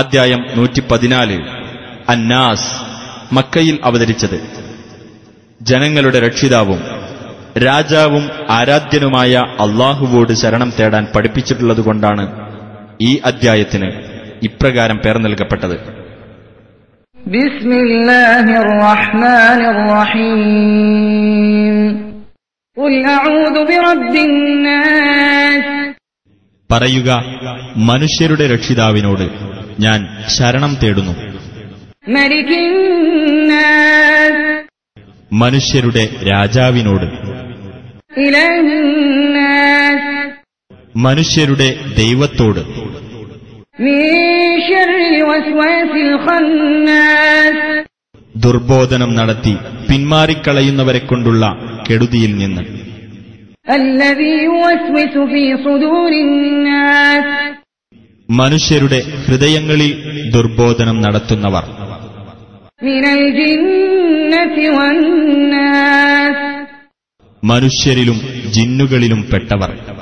അദ്ധ്യായം നൂറ്റി പതിനാല് അന്നാസ് മക്കയിൽ അവതരിച്ചത് ജനങ്ങളുടെ രക്ഷിതാവും രാജാവും ആരാധ്യനുമായ അള്ളാഹുവോട് ശരണം തേടാൻ പഠിപ്പിച്ചിട്ടുള്ളതുകൊണ്ടാണ് ഈ അദ്ധ്യായത്തിന് ഇപ്രകാരം പേർ നൽകപ്പെട്ടത് بسم الله الرحمن الرحيم قل أعوذ برب الناس പറയുക മനുഷ്യരുടെ രക്ഷിതാവിനോട് ഞാൻ ശരണം തേടുന്നു ملك الناس മനുഷ്യരുടെ രാജാവിനോട് إله الناس മനുഷ്യരുടെ ദൈവത്തോട് من شر الوسواس الخناس ദുർബോധനം നടത്തി പിന്മാറിക്കളയുന്നവരെ കൊണ്ടുള്ള കെടുതിയിൽ നിന്ന് الذي يوسوس في صدور الناس മനുഷ്യരുടെ ഹൃദയങ്ങളിൽ ദുർബോധനം നടത്തുന്നവർ من الجنة والناس മനുഷ്യരിലും ജിന്നുകളിലും പെട്ടവർ